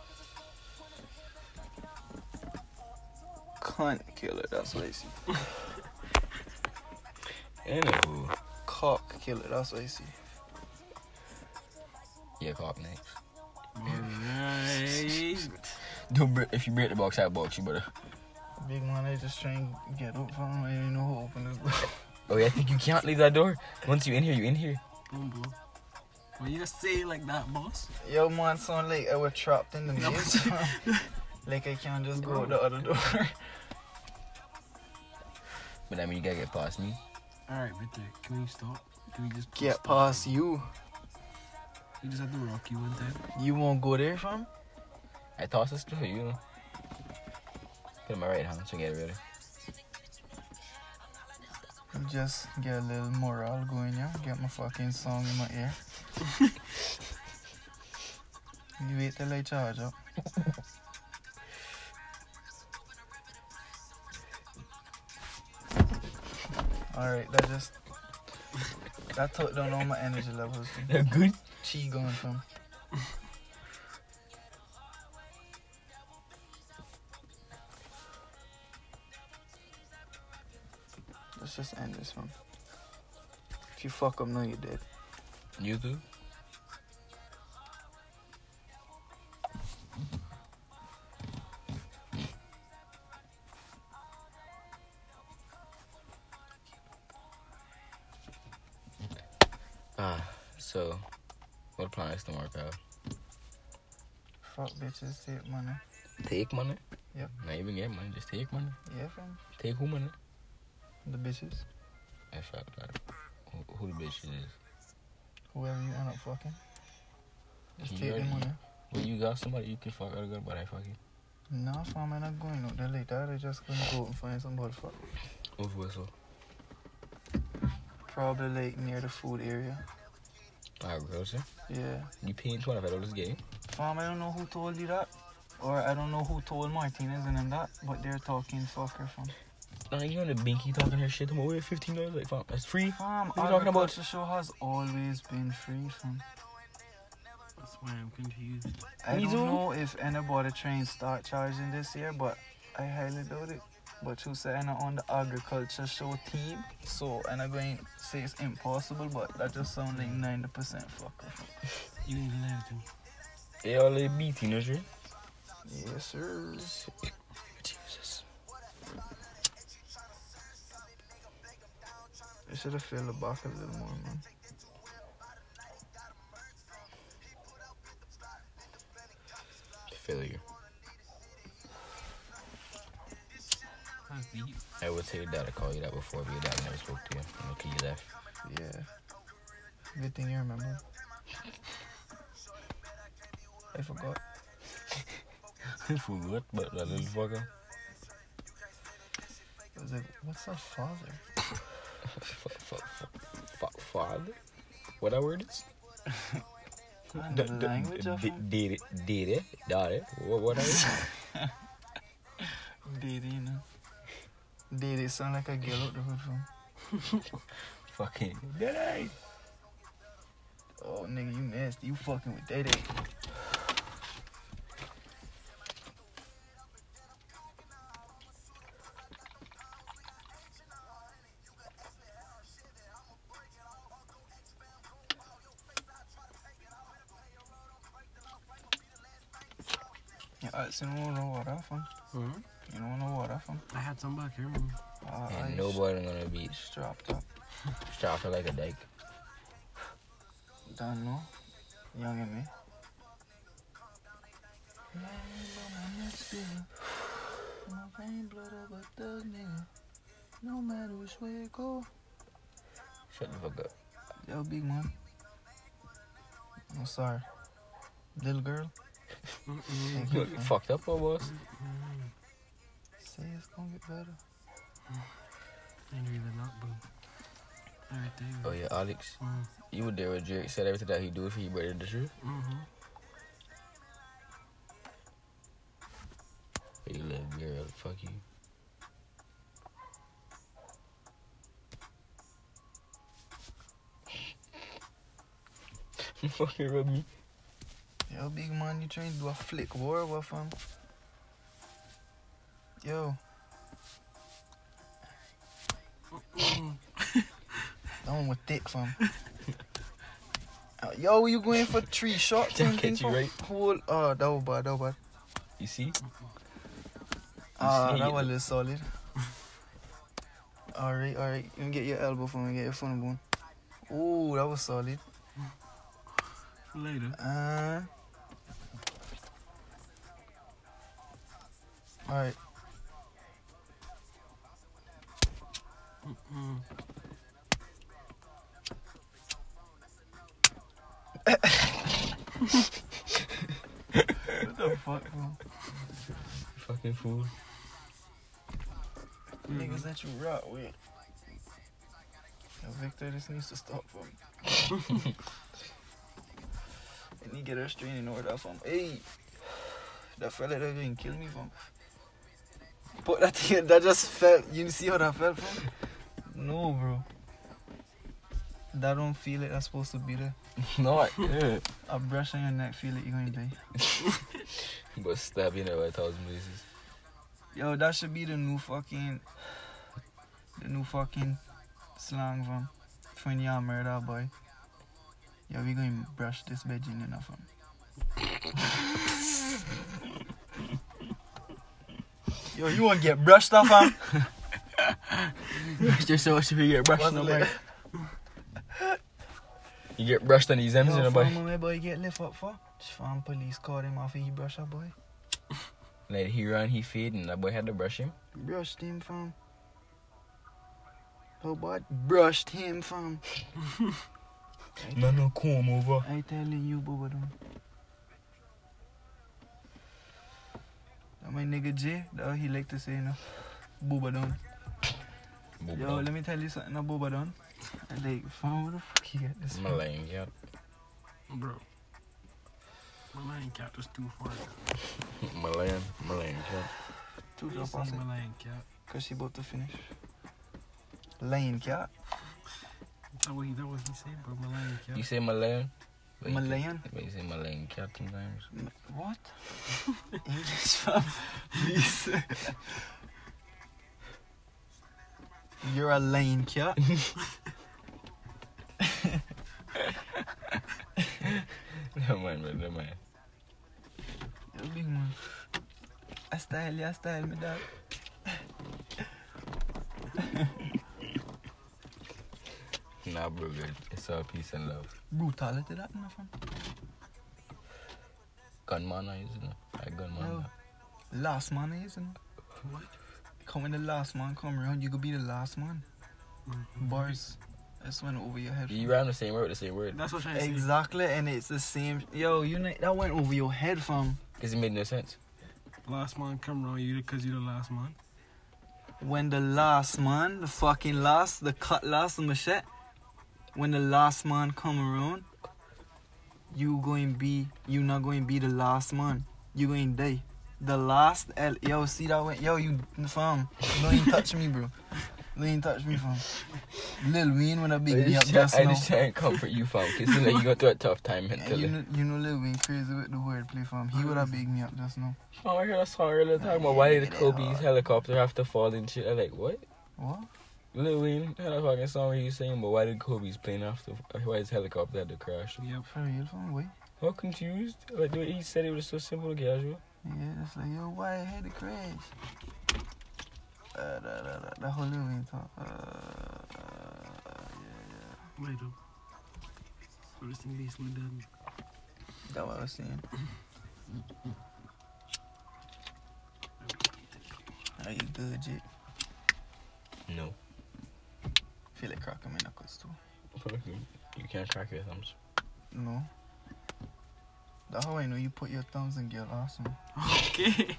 Speaker 3: Cunt killer, that's what I see.
Speaker 1: Anywho.
Speaker 3: Cock killer, that's what I see.
Speaker 1: Yeah, cop next.
Speaker 2: Alright.
Speaker 1: Don't break, if you break the box, I box you, brother.
Speaker 3: Big man, I just trying to get up from I didn't know how to open this door.
Speaker 1: Oh, yeah, I think you can't leave that door. Once you in here, you in here.
Speaker 2: Boom, boom. Why you just say it like that, boss?
Speaker 3: Yo, man, sound like I was trapped in the
Speaker 2: No.
Speaker 3: maze. man. like I can't just go out the other door.
Speaker 1: But I mean, you gotta get past me.
Speaker 2: Alright, right there. Can we stop? Can we just
Speaker 3: Get
Speaker 2: stop?
Speaker 3: past you.
Speaker 2: We just have to rock you one time.
Speaker 3: You won't go there, fam?
Speaker 1: I toss this to you. Put it in my right hand so I get it ready.
Speaker 3: Just get a little morale going, yeah? Get my fucking song in my ear. you wait till I charge up. Alright, that just. That took down all my energy levels.
Speaker 1: They're good.
Speaker 3: Chi going from. Let's just end this one. If you fuck up, no, you did.
Speaker 1: You too. Ah, so what plan is to work out?
Speaker 3: Fuck bitches, take money.
Speaker 1: Take money?
Speaker 3: Yep.
Speaker 1: Not even get money, just take money.
Speaker 3: Yeah, fam.
Speaker 1: Take who money?
Speaker 3: The bitches.
Speaker 1: I fuck that. Who, who the bitch it is?
Speaker 3: Whoever you end up fucking. Just
Speaker 1: You
Speaker 3: take the
Speaker 1: already-
Speaker 3: money.
Speaker 1: Well, you got somebody you can fuck out good, but I fucking.
Speaker 3: Nah, fam, I'm not going out there like that. I just gonna go out and find somebody to fuck.
Speaker 1: Over whistle.
Speaker 3: Probably like near the food area.
Speaker 1: Alright, girls, yeah?
Speaker 3: Yeah.
Speaker 1: You paying $25 a game?
Speaker 3: Fam, Um, I don't know who told you that. Or I don't know who told Martinez and them that, but they're talking fucker from.
Speaker 1: Nah, you on the binky talking her shit. I'm over $15. Like, fuck, that's free.
Speaker 3: Fam,
Speaker 1: What you talking about?
Speaker 3: The show has always been free from.
Speaker 2: That's why I'm confused.
Speaker 3: I
Speaker 1: Me
Speaker 3: don't
Speaker 1: too.
Speaker 3: know if anybody train start charging this year, but I highly doubt it. But you say I'm on the agriculture show team, so and I'm going to say it's impossible, but that just sounds like 90% fucker. fam.
Speaker 2: You ain't allowed to.
Speaker 1: They all they be teenager.
Speaker 3: Yes, sir.
Speaker 1: Jesus.
Speaker 3: I should have filled the back a little more, man.
Speaker 1: Failure.
Speaker 2: That's deep.
Speaker 1: I would say your dad I call you that before, but your dad never spoke to you. And okay, you left.
Speaker 3: Yeah. Good thing you remember. I forgot.
Speaker 1: I forgot about that little fucker.
Speaker 3: I was like, what's a father?
Speaker 1: Fuck, fuck, fuck, fuck, father? What that word is?
Speaker 3: Man,
Speaker 1: D-
Speaker 3: the
Speaker 1: d-
Speaker 3: language of
Speaker 1: d-
Speaker 3: him?
Speaker 1: Did it, did it, did it. What, what that is?
Speaker 3: Diddy, you know. Diddy sound like a girl out the hood from.
Speaker 1: Fucking. Did I?
Speaker 3: Oh, nigga, you nasty. You fucking with Diddy. Yeah, alright, so you don't know what I'm from.
Speaker 2: Huh?
Speaker 3: You don't know what I'm from.
Speaker 2: I had some back here, man.
Speaker 3: Uh, I
Speaker 1: And nobody gonna be
Speaker 3: strapped up.
Speaker 1: strapped like a dyke.
Speaker 3: Don't know. Young and me. No matter which way it go.
Speaker 1: Shut the fuck up.
Speaker 3: Yo, big man. I'm sorry. Little girl.
Speaker 2: Mm-mm.
Speaker 3: Thank
Speaker 1: You
Speaker 3: you.
Speaker 1: look fucked up, oh boss.
Speaker 2: Mm-mm.
Speaker 3: Say it's gonna get better.
Speaker 2: Ain't really not, bro. Alright,
Speaker 1: Oh
Speaker 2: there.
Speaker 1: yeah, Alex,
Speaker 2: Mm.
Speaker 1: you were there when Jerick said everything that he do if he break the truth.
Speaker 2: Mm-hmm.
Speaker 1: Pretty little girl, fuck you. Fucking rub me.
Speaker 3: Yo, big man, you trying to do a flick war or what, fam? Yo. that one was thick, fam. Uh, Yo, you going for three shots?
Speaker 1: Did I
Speaker 3: and
Speaker 1: catch
Speaker 3: thing,
Speaker 1: you
Speaker 3: fam?
Speaker 1: right?
Speaker 3: Whole, oh, that was bad, that was bad.
Speaker 1: You see?
Speaker 3: Ah,
Speaker 1: see
Speaker 3: that
Speaker 1: it.
Speaker 3: was a little solid. alright, alright. You can get your elbow for me, get your phone bone. Ooh, that was solid.
Speaker 2: Later.
Speaker 3: Uh. Alright.
Speaker 2: Mm.
Speaker 3: What the fuck, man?
Speaker 1: Fucking fool.
Speaker 3: Niggas that you rock with. Yo, Victor, this needs to stop, fam. and you get her straining over that, fam. Hey! That fella that didn't kill me, fam. But that thing, that just fell. You see how that fell, fam? No, bro. That don't feel it, that's supposed to be there.
Speaker 1: Not. Yeah.
Speaker 3: A brush on your neck, feel it, you're going to die.
Speaker 1: But stabbing her a thousand places.
Speaker 3: Yo, that should be the new fucking, the new fucking slang from when you murder boy. Yo, we going to brush this bitch in enough. fam. Yo, you want to get brushed off, fam?
Speaker 2: Just so much we get brushed
Speaker 3: Wasn't it?
Speaker 1: You get brushed on these M's in
Speaker 3: Yo,
Speaker 1: a boy.
Speaker 3: fam, what my boy get lift up for? Just fam, police caught him after he brushed up, boy.
Speaker 1: Like he ran, he fed, and that boy had to brush him.
Speaker 3: Brushed him, fam. Oh, boy, brushed him, fam.
Speaker 1: No, no, come over.
Speaker 3: I telling you, Bubba Dum. That my nigga J, that what he like to say, you know. Booba Dum. Yo, let me tell you something about Booba Dum. I like, fam, where the fuck you get this
Speaker 1: I'm
Speaker 3: from?
Speaker 1: lying, yeah.
Speaker 2: Bro. My lion cat was too far.
Speaker 1: Malayan, Malayan cat.
Speaker 3: Two
Speaker 2: Please
Speaker 3: drop
Speaker 2: say
Speaker 3: on
Speaker 2: my lion cat.
Speaker 3: Cause she about to finish. Lion cat?
Speaker 2: That way, that was he said, bro. My lion
Speaker 1: You
Speaker 2: cat.
Speaker 1: say Malayan? But you-
Speaker 3: Malayan?
Speaker 1: But you say Malayan cat sometimes.
Speaker 3: M- What? English fam? Please. You're a lion cat.
Speaker 1: Never mind, bro, never mind.
Speaker 3: Yo, big man. I style you, I style me, dog.
Speaker 1: Nah, bro, good. It's all peace and love.
Speaker 3: Brutality that, my fam.
Speaker 1: Gunman, I used to know. I gunman.
Speaker 3: No.
Speaker 1: now.
Speaker 3: Last man er is and
Speaker 2: What?
Speaker 3: come when the er last man come around, you could be the last man. Bars. That's went over your head.
Speaker 1: You ran the same word, the same word.
Speaker 2: That's what I said.
Speaker 3: Exactly, and it's the same. Yo, you know, that went over your head, fam.
Speaker 1: Because it made no sense.
Speaker 2: Last man come round you because you the last man.
Speaker 3: When the last man, the fucking last, the cut last, the machete. When the last man come around, you going be, you not going be the last man. You going die. The last, L- yo, see that went, yo, you, fam, don't even touch me, bro. Don't even touch me, fam. Lil Wayne when I
Speaker 1: I
Speaker 3: big me up
Speaker 1: just,
Speaker 3: just
Speaker 1: try, I
Speaker 3: now.
Speaker 1: just try and comfort you, fam. Because like, you go through a tough time
Speaker 3: And
Speaker 1: mentally.
Speaker 3: you know, you know Lil Wayne crazy with the wordplay from. He would have bigged me up just now.
Speaker 1: Oh, I heard a song earlier talking about why did Kobe's helicopter have to fall and shit. I'm like, what?
Speaker 3: What?
Speaker 1: Lil Wayne had a fucking song where he was saying, but why did Kobe's plane have to, why his helicopter had to crash?
Speaker 2: Yep.
Speaker 3: For real fam, wait.
Speaker 1: How confused? Like, the way he said it was so simple and casual.
Speaker 3: Yeah, it's like, yo, why I had to crash? Uh, da, da, da, the whole Lil Wayne talk. Uh, uh, yeah,
Speaker 2: Later. Rest in peace, my dad.
Speaker 3: yeah. That what I was saying. Are you good, Jake?
Speaker 1: No.
Speaker 3: Feel like cracking my knuckles too.
Speaker 1: You can't crack your thumbs.
Speaker 3: No. That's how I know you put your thumbs in girl awesome.
Speaker 2: Okay.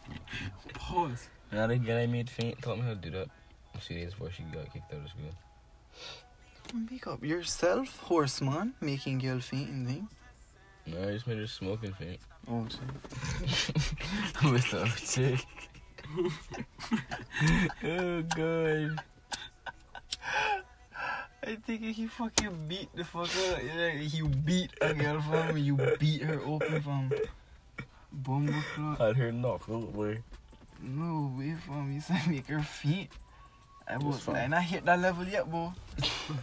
Speaker 2: Pause.
Speaker 1: Another girl I made faint taught me how to do that. A few days before she got kicked out of school.
Speaker 3: Make up yourself, horseman, making girl faint and thing.
Speaker 1: No, I just made her smoke and faint.
Speaker 3: Oh, shit.
Speaker 1: With the chick. oh god.
Speaker 3: I think he fucking beat the fuck out. Yeah, he beat a girl from you beat her open from Bumble clock.
Speaker 1: I'd heard no cool boy.
Speaker 3: No way from you said make her feet. I
Speaker 1: It was
Speaker 3: was
Speaker 1: fun.
Speaker 3: I not hit that level yet, bro.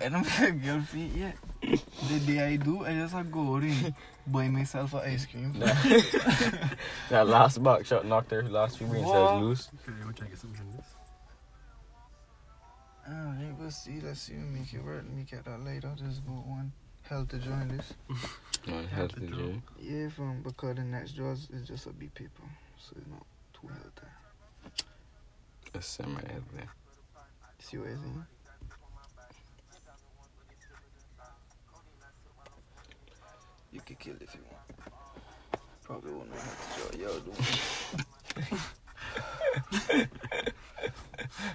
Speaker 3: I don't make a girl feet yet. The day I do, I just a go out and buy myself a ice cream.
Speaker 1: that last box shot knocked her last few brain cells
Speaker 3: What?
Speaker 1: loose.
Speaker 2: Okay, I get something from this.
Speaker 3: Alright, we'll Ah, see. Let's see. We make it work. Let me get that later. Just got one hell to join this.
Speaker 1: Man, health and gym.
Speaker 3: Yeah, from because the next draws is just a B paper, so it's not too healthy.
Speaker 1: That's semi healthy.
Speaker 3: See what I think? You can kill if you want. Probably won't know how to draw. Yo, do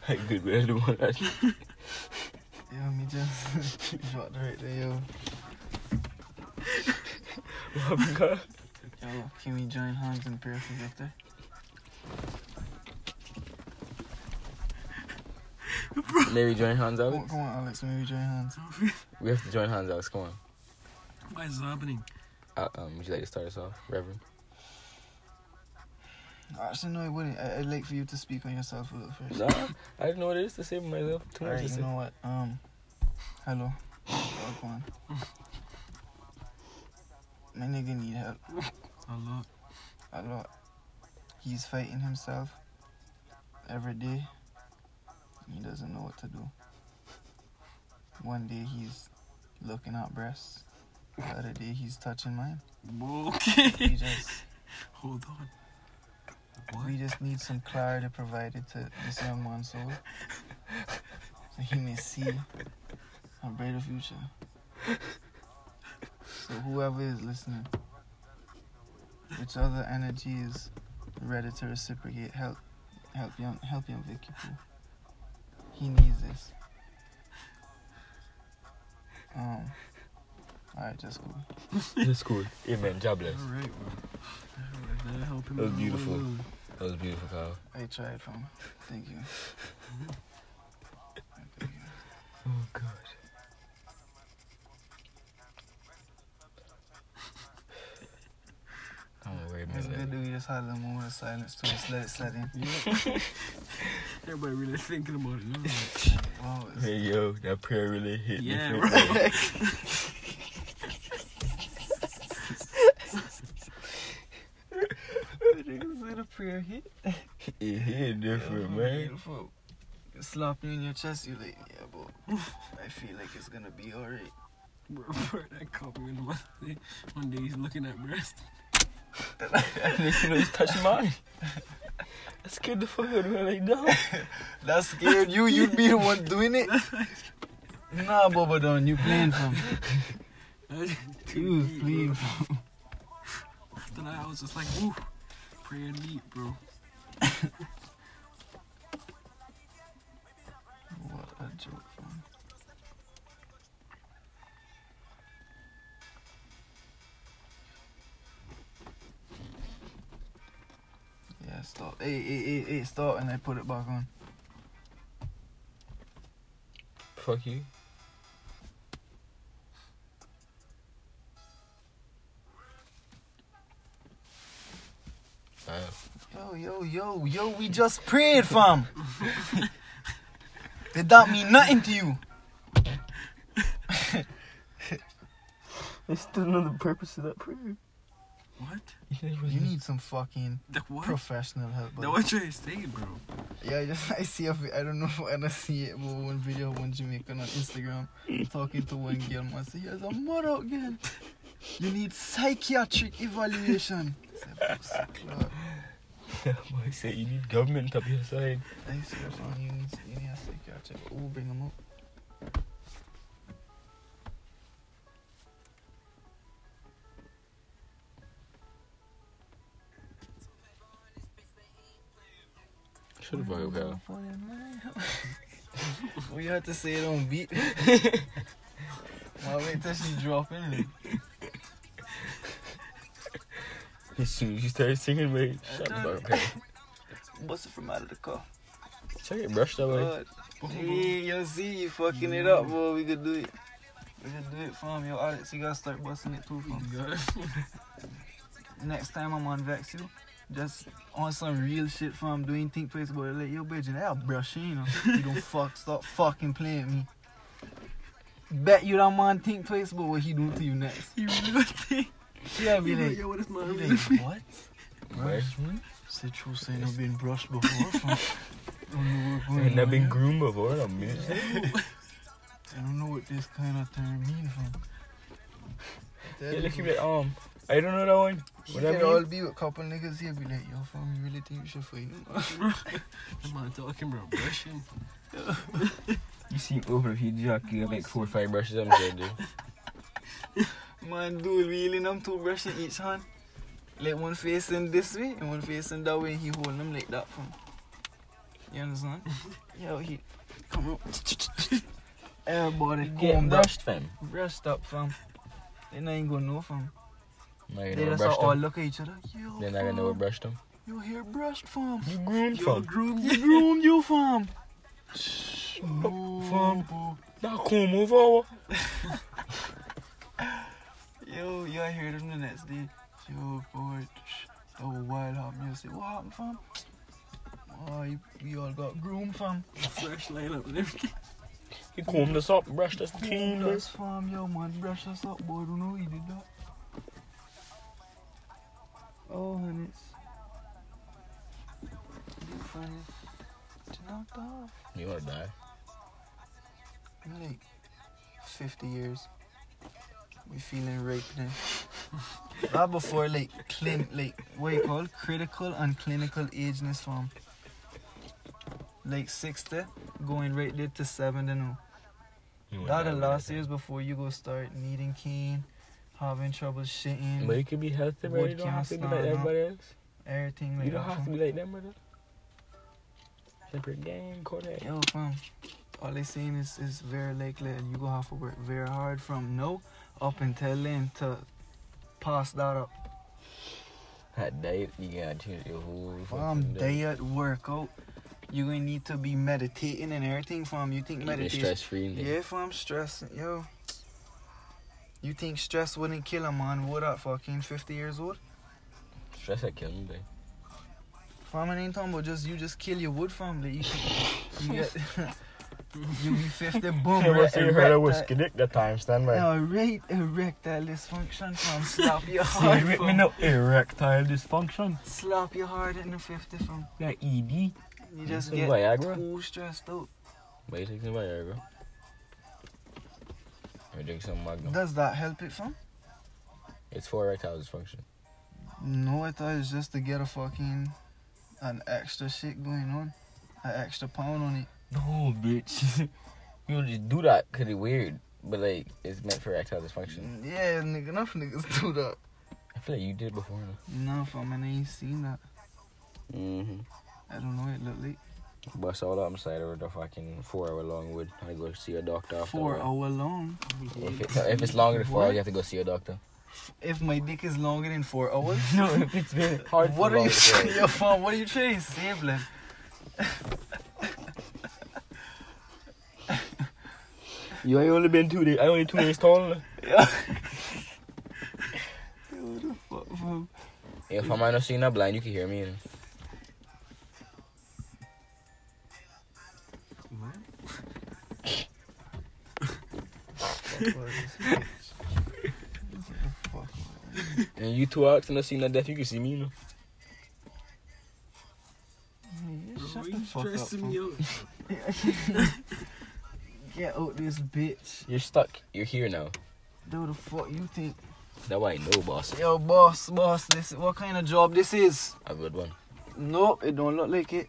Speaker 1: I good way to one that.
Speaker 3: Yo, me just dropped right there, yo. Yo, can we join hands in prayer for Victor?
Speaker 1: Maybe join hands
Speaker 3: Come on,
Speaker 1: out.
Speaker 3: come on, Alex, maybe join hands.
Speaker 1: We have to join hands out. Come on.
Speaker 2: What is happening?
Speaker 1: Uh, um, would you like to start us off, Reverend?
Speaker 3: Actually, no, I wouldn't. I, I'd like for you to speak on yourself a little first.
Speaker 1: No, I don't know what it is to save myself. Too much
Speaker 3: Alright,
Speaker 1: to
Speaker 3: you
Speaker 1: say.
Speaker 3: know what? Um, hello. Dog one. My nigga need help
Speaker 2: A lot.
Speaker 3: a lot. He's fighting himself every day. He doesn't know what to do. One day he's looking at breasts. The other day he's touching mine. We
Speaker 2: Okay.
Speaker 3: just
Speaker 2: Hold on.
Speaker 3: we just need some clarity provided to this young man's soul. So he may see a brighter future. So whoever is listening, which other energy is ready to reciprocate, help help young help young Vicky Poo. He needs this. Um Alright, just go.
Speaker 1: That's cool. Amen. God bless.
Speaker 2: All right, bro. All right, that'll help him
Speaker 1: That was
Speaker 2: out.
Speaker 1: beautiful. That was beautiful, Kyle.
Speaker 3: I tried from thank you. Thank you.
Speaker 1: Oh God. I'm worried,
Speaker 3: It's good
Speaker 1: man.
Speaker 3: that we just had a moment of silence to just let it slide in.
Speaker 2: Yeah. Everybody really thinking about it. you know?
Speaker 3: Like, wow, it's-
Speaker 1: Hey yo, that prayer really hit
Speaker 2: Yeah,
Speaker 1: different.
Speaker 2: right.
Speaker 1: It hit different, man.
Speaker 3: Beautiful. It Slap you in your chest, you like, yeah, but I feel like it's gonna be alright.
Speaker 2: Bro, bro, that copy in the one day, one day he's looking at breast.
Speaker 1: Next thing you know, he's touching mine. I scared the fuck out of me like that.
Speaker 3: That scared you, you'd be the one doing it. nah, Boba Don, you playing from.
Speaker 2: That's
Speaker 3: You
Speaker 2: too
Speaker 3: was
Speaker 2: deep,
Speaker 3: playing
Speaker 2: bro.
Speaker 3: from.
Speaker 2: After that, I was just like, ooh, prayer deep, bro.
Speaker 3: What a joke, fam. Yeah, stop. Hey, hey, hey, hey, stop, and I put it back on.
Speaker 1: Fuck you. Uh,
Speaker 3: Yo, yo, yo, yo, we just prayed, fam. Did that mean nothing to you?
Speaker 1: I still know the purpose of that prayer.
Speaker 2: What?
Speaker 3: You need some fucking
Speaker 2: The what?
Speaker 3: professional help.
Speaker 2: That
Speaker 3: buddy.
Speaker 2: what you're saying, bro.
Speaker 3: Yeah, I just I see a vi- I don't know when I see it, but one video of one Jamaican on Instagram talking to one girl and say, "Here's a mother girl. You need psychiatric evaluation." I said, "Pussy clot."
Speaker 1: I said you need government up your side.
Speaker 3: I said, "Fam, you need you need a psychiatric. Oh, bring him up.
Speaker 1: Shut the fuck up, Kyle.
Speaker 3: We had to say it on beat. My wait till she drop in.
Speaker 1: As soon as you started singing, mate, shut the fuck up, Kyle.
Speaker 3: busted from out of the car.
Speaker 1: Check it, brush
Speaker 2: Uh,
Speaker 1: that way.
Speaker 3: God. Hey, yo, see, you fucking it up, boy. We could do it. We could do it for him. Yo, Alex, you gotta start busting it
Speaker 2: Oh,
Speaker 3: too, fam. Next time I'm on Vex, you just on some real shit, fam. Do anything, place, boy. Like, yo, bitch, and I'll brush you, you know. You don't fuck, stop fucking playing with me. Bet you don't man think twice about what he doing to you next.
Speaker 2: You really gonna think?
Speaker 3: She gotta be
Speaker 2: You like,
Speaker 3: like,
Speaker 2: yo, what is my
Speaker 3: you
Speaker 2: real?
Speaker 3: like, what? Brush me? Said you saying I've been brushed before. fam. Don't know what's going
Speaker 1: And I've
Speaker 3: on
Speaker 1: been
Speaker 3: here.
Speaker 1: groomed before, I'm missing.
Speaker 3: I don't know what this kind of term means, fam.
Speaker 1: Yeah, look at that arm. I don't know that one.
Speaker 3: He
Speaker 1: What that
Speaker 3: can all
Speaker 1: mean?
Speaker 3: be with couple niggas here, be like, yo, fam, you really think you should fight him?
Speaker 2: I'm not talking about brushing.
Speaker 1: You seem over if you jock, you have like four or five brushes on the head, dude.
Speaker 3: Man, dude, really, them two brushing each hand. Like one facing this way and one facing that way, and he holding them like that, fam. You understand? yo, he come up. Everybody
Speaker 1: Get
Speaker 3: combed up,
Speaker 1: brushed, fam.
Speaker 3: brushed up, fam. They not even gonna know, fam.
Speaker 1: Now you
Speaker 3: they
Speaker 1: know what
Speaker 3: just all
Speaker 1: brushed them.
Speaker 3: look at each other. Yo,
Speaker 1: Then I gonna know what
Speaker 3: fam,
Speaker 1: brushed them.
Speaker 3: your hair brushed, fam.
Speaker 1: You groomed
Speaker 2: Yo,
Speaker 1: from.
Speaker 2: groom,
Speaker 3: You groom, you, fam.
Speaker 1: Fam. Now come over.
Speaker 3: Yo, yo, I heard him the next day. Yo, boy, sh- that was wild hot music. What happened, fam? Oh, you, we all got groomed, fam.
Speaker 2: fresh lineup and everything.
Speaker 1: He combed us up, brushed us clean,
Speaker 3: Groomed
Speaker 1: bro.
Speaker 3: us, fam. Yo, man, brush us up, boy. Don't know he did that. Oh, honey. You funny. She knocked off.
Speaker 1: You wanna die?
Speaker 3: I'm like 50 years. We feeling raped now. that before like clin like what you call critical and clinical ageness form. Like 60 going right there to 70 now.
Speaker 1: You wanna
Speaker 3: That the
Speaker 1: die,
Speaker 3: last
Speaker 1: bro.
Speaker 3: years before you go start needing cane, having trouble shitting,
Speaker 1: But you could be healthy, bro. You
Speaker 3: Wood
Speaker 1: don't have to be
Speaker 3: can't
Speaker 1: like
Speaker 3: stand up.
Speaker 1: everybody else.
Speaker 3: everything like
Speaker 1: You don't
Speaker 3: that.
Speaker 1: have to
Speaker 3: fam.
Speaker 1: be like them, brother. Separate game, Kodak.
Speaker 3: Yo fam, all they saying is is very likely and you gonna have to work very hard from now up until then to pass that up.
Speaker 1: That diet, you gotta change your whole
Speaker 3: Fam,
Speaker 1: fucking
Speaker 3: day at workout, you gonna need to be meditating and everything, fam. You think
Speaker 1: Keep it
Speaker 3: meditation?
Speaker 1: stress free.
Speaker 3: Yeah, fam, stress, yo. You think stress wouldn't kill a man? What at fucking fifty years old?
Speaker 1: Stress that kill me, babe.
Speaker 3: Fam, it ain't talking about just you just kill your wood family. You, you get, you be fifty, boom. erectile-
Speaker 1: dick that time, stand
Speaker 3: No, right, erectile dysfunction, fam. Slap your
Speaker 1: See,
Speaker 3: heart,
Speaker 1: with me
Speaker 3: fam.
Speaker 1: no erectile dysfunction.
Speaker 3: Slap your heart in the fifty, fam.
Speaker 1: That ED.
Speaker 3: You just
Speaker 1: Some
Speaker 3: get
Speaker 1: Viagra?
Speaker 3: too stressed out.
Speaker 1: Why you taking Viagra? I drink some Magnum.
Speaker 3: Does that help it, fam?
Speaker 1: It's for erectile dysfunction.
Speaker 3: No, I thought it's just to get a fucking an extra shit going on, an extra pound on it.
Speaker 1: No, bitch. you don't just do that because it's weird. But, like, it's meant for erectile dysfunction.
Speaker 3: Yeah, nigga, enough niggas do that.
Speaker 1: I feel like you did before.
Speaker 3: No, fam, I ain't seen that.
Speaker 1: Mm-hmm.
Speaker 3: I don't know. It look like
Speaker 1: Bust all up inside of the fucking four hour long wood. I go see a doctor after
Speaker 3: four
Speaker 1: that.
Speaker 3: hour long.
Speaker 1: If, it, if it's longer than four hours,
Speaker 3: What?
Speaker 1: you have to go see a doctor.
Speaker 3: If my dick is longer than four hours,
Speaker 1: No, if it's been hard
Speaker 3: what
Speaker 1: for
Speaker 3: are you
Speaker 1: longer than
Speaker 3: saying, yo, fam? What are you trying to say, blood?
Speaker 1: You ain't only been two days. I only two days tall.
Speaker 3: Fuck, fam.
Speaker 1: If I'm not seeing that blind, you can hear me. And
Speaker 3: Fuck, fuck, this bitch. Fuck,
Speaker 1: and you two acts and not seeing that deaf, you can see me. You know?
Speaker 3: man, you
Speaker 2: Bro,
Speaker 3: Shut the
Speaker 2: you
Speaker 3: fuck up,
Speaker 2: stressing
Speaker 3: fam.
Speaker 2: me out.
Speaker 3: Get out this bitch.
Speaker 1: You're stuck. You're here now.
Speaker 3: Do the fuck you think?
Speaker 1: That why I know, boss.
Speaker 3: Yo, boss, boss, this what kind of job this is?
Speaker 1: A good one.
Speaker 3: Nope, it don't look like it.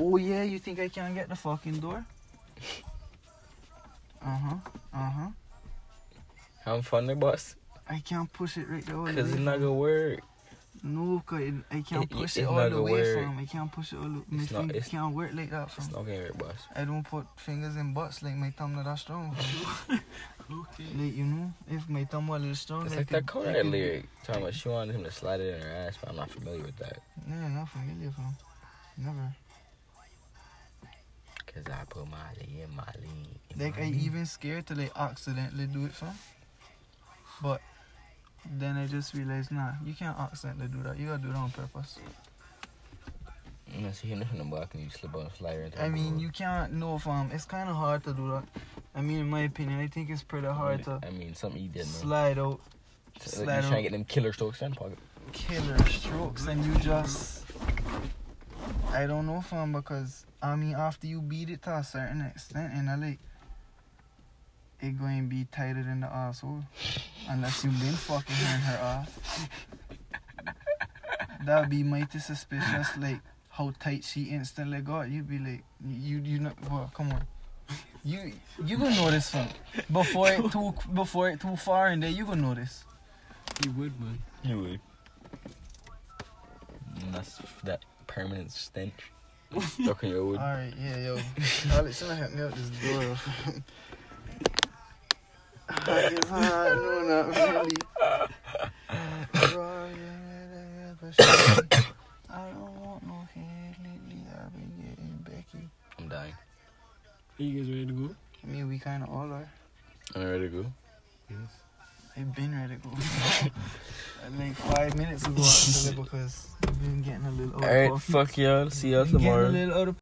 Speaker 3: Oh yeah, you think I can't get the fucking door? Uh huh, uh huh.
Speaker 1: Having fun there, boss?
Speaker 3: I can't push it right there. all the
Speaker 1: Because
Speaker 3: way
Speaker 1: it's not
Speaker 3: fam.
Speaker 1: gonna work.
Speaker 3: No, cause it, I can't
Speaker 1: It- it-
Speaker 3: push
Speaker 1: it's
Speaker 3: it all
Speaker 1: not
Speaker 3: the
Speaker 1: gonna
Speaker 3: way,
Speaker 1: work.
Speaker 3: fam. I can't push it all. The, my
Speaker 1: It's not-
Speaker 3: finger
Speaker 1: it's-
Speaker 3: can't work like that, fam.
Speaker 1: It's not gonna work, boss.
Speaker 3: I don't put fingers in butts like my thumb not that strong. fam.
Speaker 2: Okay.
Speaker 3: like you know, if my thumb was a little strong,
Speaker 1: It's
Speaker 3: I
Speaker 1: like
Speaker 3: could-
Speaker 1: that
Speaker 3: I
Speaker 1: Kodak
Speaker 3: could-
Speaker 1: lyric. Talking about she wanted him to slide it in her ass, but I'm not familiar with that.
Speaker 3: Yeah, not familiar, fam. Never.
Speaker 1: Cause I put Molly in my lean. in
Speaker 3: Like
Speaker 1: my
Speaker 3: I
Speaker 1: lean.
Speaker 3: even scared to like accidentally do it for. But then I just realized, nah, you can't accidentally do that. You gotta do that on purpose.
Speaker 1: No, see, you know, from the balcony, you slip on a slider. into
Speaker 3: I
Speaker 1: the
Speaker 3: mean,
Speaker 1: road.
Speaker 3: you can't know, fam. It's kind of hard to do that. I mean, in my opinion, I think it's pretty hard to
Speaker 1: I mean, something you didn't know.
Speaker 3: slide out
Speaker 1: Like, you
Speaker 3: slide
Speaker 1: trying to
Speaker 3: on.
Speaker 1: get them killer strokes in pocket.
Speaker 3: killer strokes and you just I don't know fam because I mean after you beat it to a certain extent and I like it going to be tighter than the asshole unless you've been fucking her in her ass that'd be mighty suspicious like how tight she instantly got you'd be like you you know well come on you you gonna know this fam before it too before it too far and then you gonna know this
Speaker 2: You would, man.
Speaker 1: You would. And Mm, that's that permanent stench. okay, you would.
Speaker 3: Alright, yeah, yo. Alex, gonna help me out this door. it's hard, no, not really. I don't want no head lately. I've been getting Becky.
Speaker 1: I'm dying.
Speaker 2: Are you guys ready to go?
Speaker 3: I mean, we kind of all are.
Speaker 1: Am I ready to go?
Speaker 3: I've been ready to go. like five minutes ago, actually, because I've been getting a little out of
Speaker 1: Alright,
Speaker 3: coffee.
Speaker 1: fuck y'all. See y'all
Speaker 3: Been getting
Speaker 1: tomorrow.
Speaker 3: a little out of